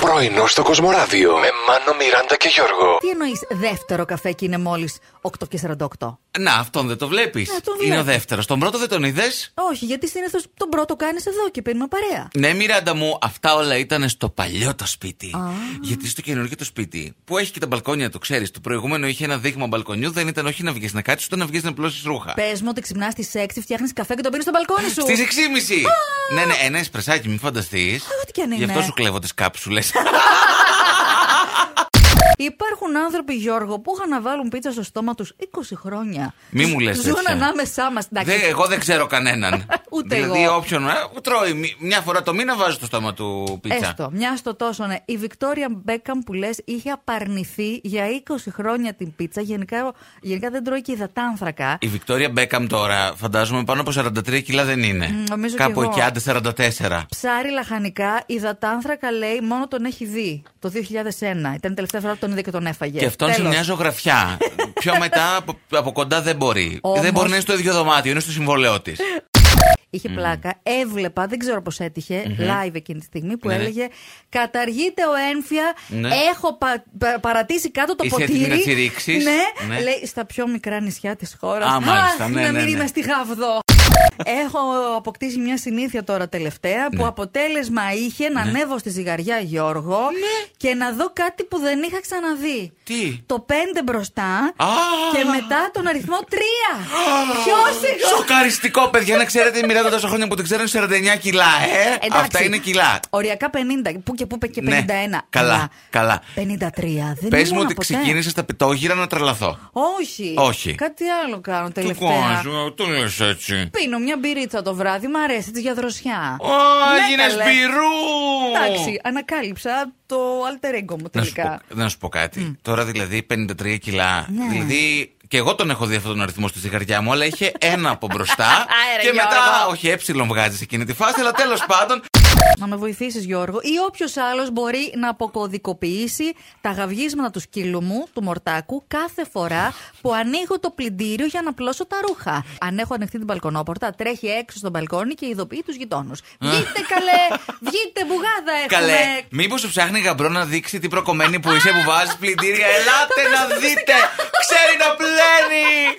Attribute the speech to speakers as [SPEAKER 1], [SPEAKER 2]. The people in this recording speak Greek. [SPEAKER 1] Πρωινό στο Κοσμοράδιο με Μάνο, Μιράντα και Γιώργο.
[SPEAKER 2] Τι εννοείς δεύτερο καφέ και είναι μόλις 8 και 48.
[SPEAKER 3] Να, αυτόν δεν το βλέπεις.
[SPEAKER 2] Ναι, τον
[SPEAKER 3] Είναι
[SPEAKER 2] βλέπω.
[SPEAKER 3] ο δεύτερος. Τον πρώτο δεν τον είδες.
[SPEAKER 2] Όχι, γιατί συνήθως τον πρώτο κάνεις εδώ και παίρνουμε παρέα.
[SPEAKER 3] Ναι, Μιράντα μου, αυτά όλα ήταν στο παλιό το σπίτι. Γιατί στο καινούργιο το σπίτι, που έχει και τα μπαλκόνια, το ξέρεις. Το προηγούμενο είχε ένα δείγμα μπαλκονιού, δεν ήταν όχι να βγεις να κάτσεις, ούτε να βγεις να πλώσεις ρούχα.
[SPEAKER 2] Πες μου ότι ξυπνάς στις 6, φτιάχνεις καφέ και το πίνεις στο μπαλκόνι σου.
[SPEAKER 3] Στις 6.30! Ναι, ναι, ένα εσπρεσάκι, μην φανταστείς.
[SPEAKER 2] ό,τι και αν
[SPEAKER 3] Γι' αυτό
[SPEAKER 2] είναι.
[SPEAKER 3] σου κλέβω τις κάψουλε.
[SPEAKER 2] Υπάρχουν άνθρωποι, Γιώργο, που είχαν να βάλουν πίτσα στο στόμα τους 20 χρόνια.
[SPEAKER 3] Μη μου λες
[SPEAKER 2] Ζουν
[SPEAKER 3] τέτοια.
[SPEAKER 2] ανάμεσά μας.
[SPEAKER 3] Δεν- εγώ δεν ξέρω κανέναν.
[SPEAKER 2] Ούτε
[SPEAKER 3] δηλαδή,
[SPEAKER 2] εγώ.
[SPEAKER 3] όποιον ε, τρώει μι- μια φορά το μήνα, βάζει στο στόμα του πίτσα.
[SPEAKER 2] Έστω, μια στο τόσο, ναι. Η Βικτόρια Μπέκαμ που λες είχε απαρνηθεί για 20 χρόνια την πίτσα. Γενικά, γενικά δεν τρώει και υδατάνθρακα.
[SPEAKER 3] Η Βικτόρια Μπέκαμ τώρα, φαντάζομαι πάνω από 43 κιλά δεν είναι.
[SPEAKER 2] Μ, νομίζω
[SPEAKER 3] Κάπου
[SPEAKER 2] κι εγώ.
[SPEAKER 3] εκεί, άντε 44.
[SPEAKER 2] Ψάρι λαχανικά, υδατάνθρακα λέει μόνο τον έχει δει το 2001. Ήταν η τελευταία φορά που τον είδε και τον έφαγε.
[SPEAKER 3] Και αυτόν σε
[SPEAKER 2] Ε, Τέλος.
[SPEAKER 3] μια ζωγραφιά. Πιο μετά από, από κοντά δεν μπορεί.
[SPEAKER 2] Όμως-
[SPEAKER 3] Δεν μπορεί να είναι στο ίδιο δωμάτιο, είναι στο συμβολέο της.
[SPEAKER 2] Είχε πλάκα. Έβλεπα, δεν ξέρω πώς ετυχε live εκείνη τη στιγμή που
[SPEAKER 3] Ναι.
[SPEAKER 2] έλεγε Καταργείται ο ένφια.
[SPEAKER 3] Ναι.
[SPEAKER 2] Έχω πα- πα- παρατήσει κάτω το
[SPEAKER 3] Είσαι έτοιμη
[SPEAKER 2] ποτήρι.
[SPEAKER 3] να τσιρίξεις.
[SPEAKER 2] Ναι.
[SPEAKER 3] Ναι.
[SPEAKER 2] λέει στα πιο μικρά νησιά της χώρας.
[SPEAKER 3] Α, μάλιστα, ναι,
[SPEAKER 2] να
[SPEAKER 3] ναι,
[SPEAKER 2] μην
[SPEAKER 3] ναι.
[SPEAKER 2] είμαι στη Γαβδό. Έχω αποκτήσει μια συνήθεια τώρα τελευταία
[SPEAKER 3] Ναι.
[SPEAKER 2] που αποτέλεσμα είχε να ανέβω στη ζυγαριά Γιώργο και να δω κάτι που δεν είχα ξαναδεί.
[SPEAKER 3] Ναι. Τι?
[SPEAKER 2] Το 5 μπροστά
[SPEAKER 3] Α!
[SPEAKER 2] και μετά τον αριθμό 3. Ποιο εγώ.
[SPEAKER 3] Σοκαριστικό, παιδιά, να ξέρετε, η Μιράντα τόσα χρόνια που την ξέρω είναι 49 κιλά, ε!
[SPEAKER 2] Εντάξει.
[SPEAKER 3] Αυτά είναι κιλά.
[SPEAKER 2] Οριακά 50. Πού και πού είπε και 51.
[SPEAKER 3] Ναι, καλά,
[SPEAKER 2] Αλλά
[SPEAKER 3] καλά.
[SPEAKER 2] 53. Δεν
[SPEAKER 3] Πες
[SPEAKER 2] ήμουν
[SPEAKER 3] μου ότι
[SPEAKER 2] ποτέ.
[SPEAKER 3] ξεκίνησε στα πιτόγυρα να τρελαθώ.
[SPEAKER 2] Όχι.
[SPEAKER 3] Όχι.
[SPEAKER 2] Κάτι άλλο κάνω τελευταία. Ναι,
[SPEAKER 3] Κοκάζω, το λες έτσι.
[SPEAKER 2] Πίνω μια μπυρίτσα το βράδυ, μ' αρέσει της για δροσιά.
[SPEAKER 3] Ω, έγινες
[SPEAKER 2] καλέ.
[SPEAKER 3] σπυρού!
[SPEAKER 2] Εντάξει, ανακάλυψα το alter ego μου
[SPEAKER 3] Να σου, πω,
[SPEAKER 2] τελικά.
[SPEAKER 3] να σου πω κάτι. Τώρα δηλαδή 53 κιλά.
[SPEAKER 2] Ναι.
[SPEAKER 3] Δηλαδή και εγώ τον έχω δει αυτόν τον αριθμό στη ζυγαριά μου, αλλά είχε ένα από μπροστά.
[SPEAKER 2] Άρα,
[SPEAKER 3] και
[SPEAKER 2] Γιώργο.
[SPEAKER 3] μετά, όχι, έψιλον βγάζει σε εκείνη τη φάση, αλλά τέλος πάντων.
[SPEAKER 2] Να με βοηθήσεις, Γιώργο, ή όποιος άλλος μπορεί να αποκωδικοποιήσει τα γαυγίσματα του σκύλου μου, του μορτάκου, κάθε φορά που ανοίγω το πλυντήριο για να πλώσω τα ρούχα. Αν έχω ανοιχτή την μπαλκονόπορτα, τρέχει έξω στο μπαλκόνι και ειδοποιεί τους γειτόνους. Βγείτε, καλέ! Βγείτε, μπουγάδα έχουμε!
[SPEAKER 3] Καλέ, μήπως σου ψάχνει γαμπρό να δείξει τι προκομμένη που είσαι που βάζεις πλυντήρια. Ελάτε να δείτε! Ξέρει να πλένει!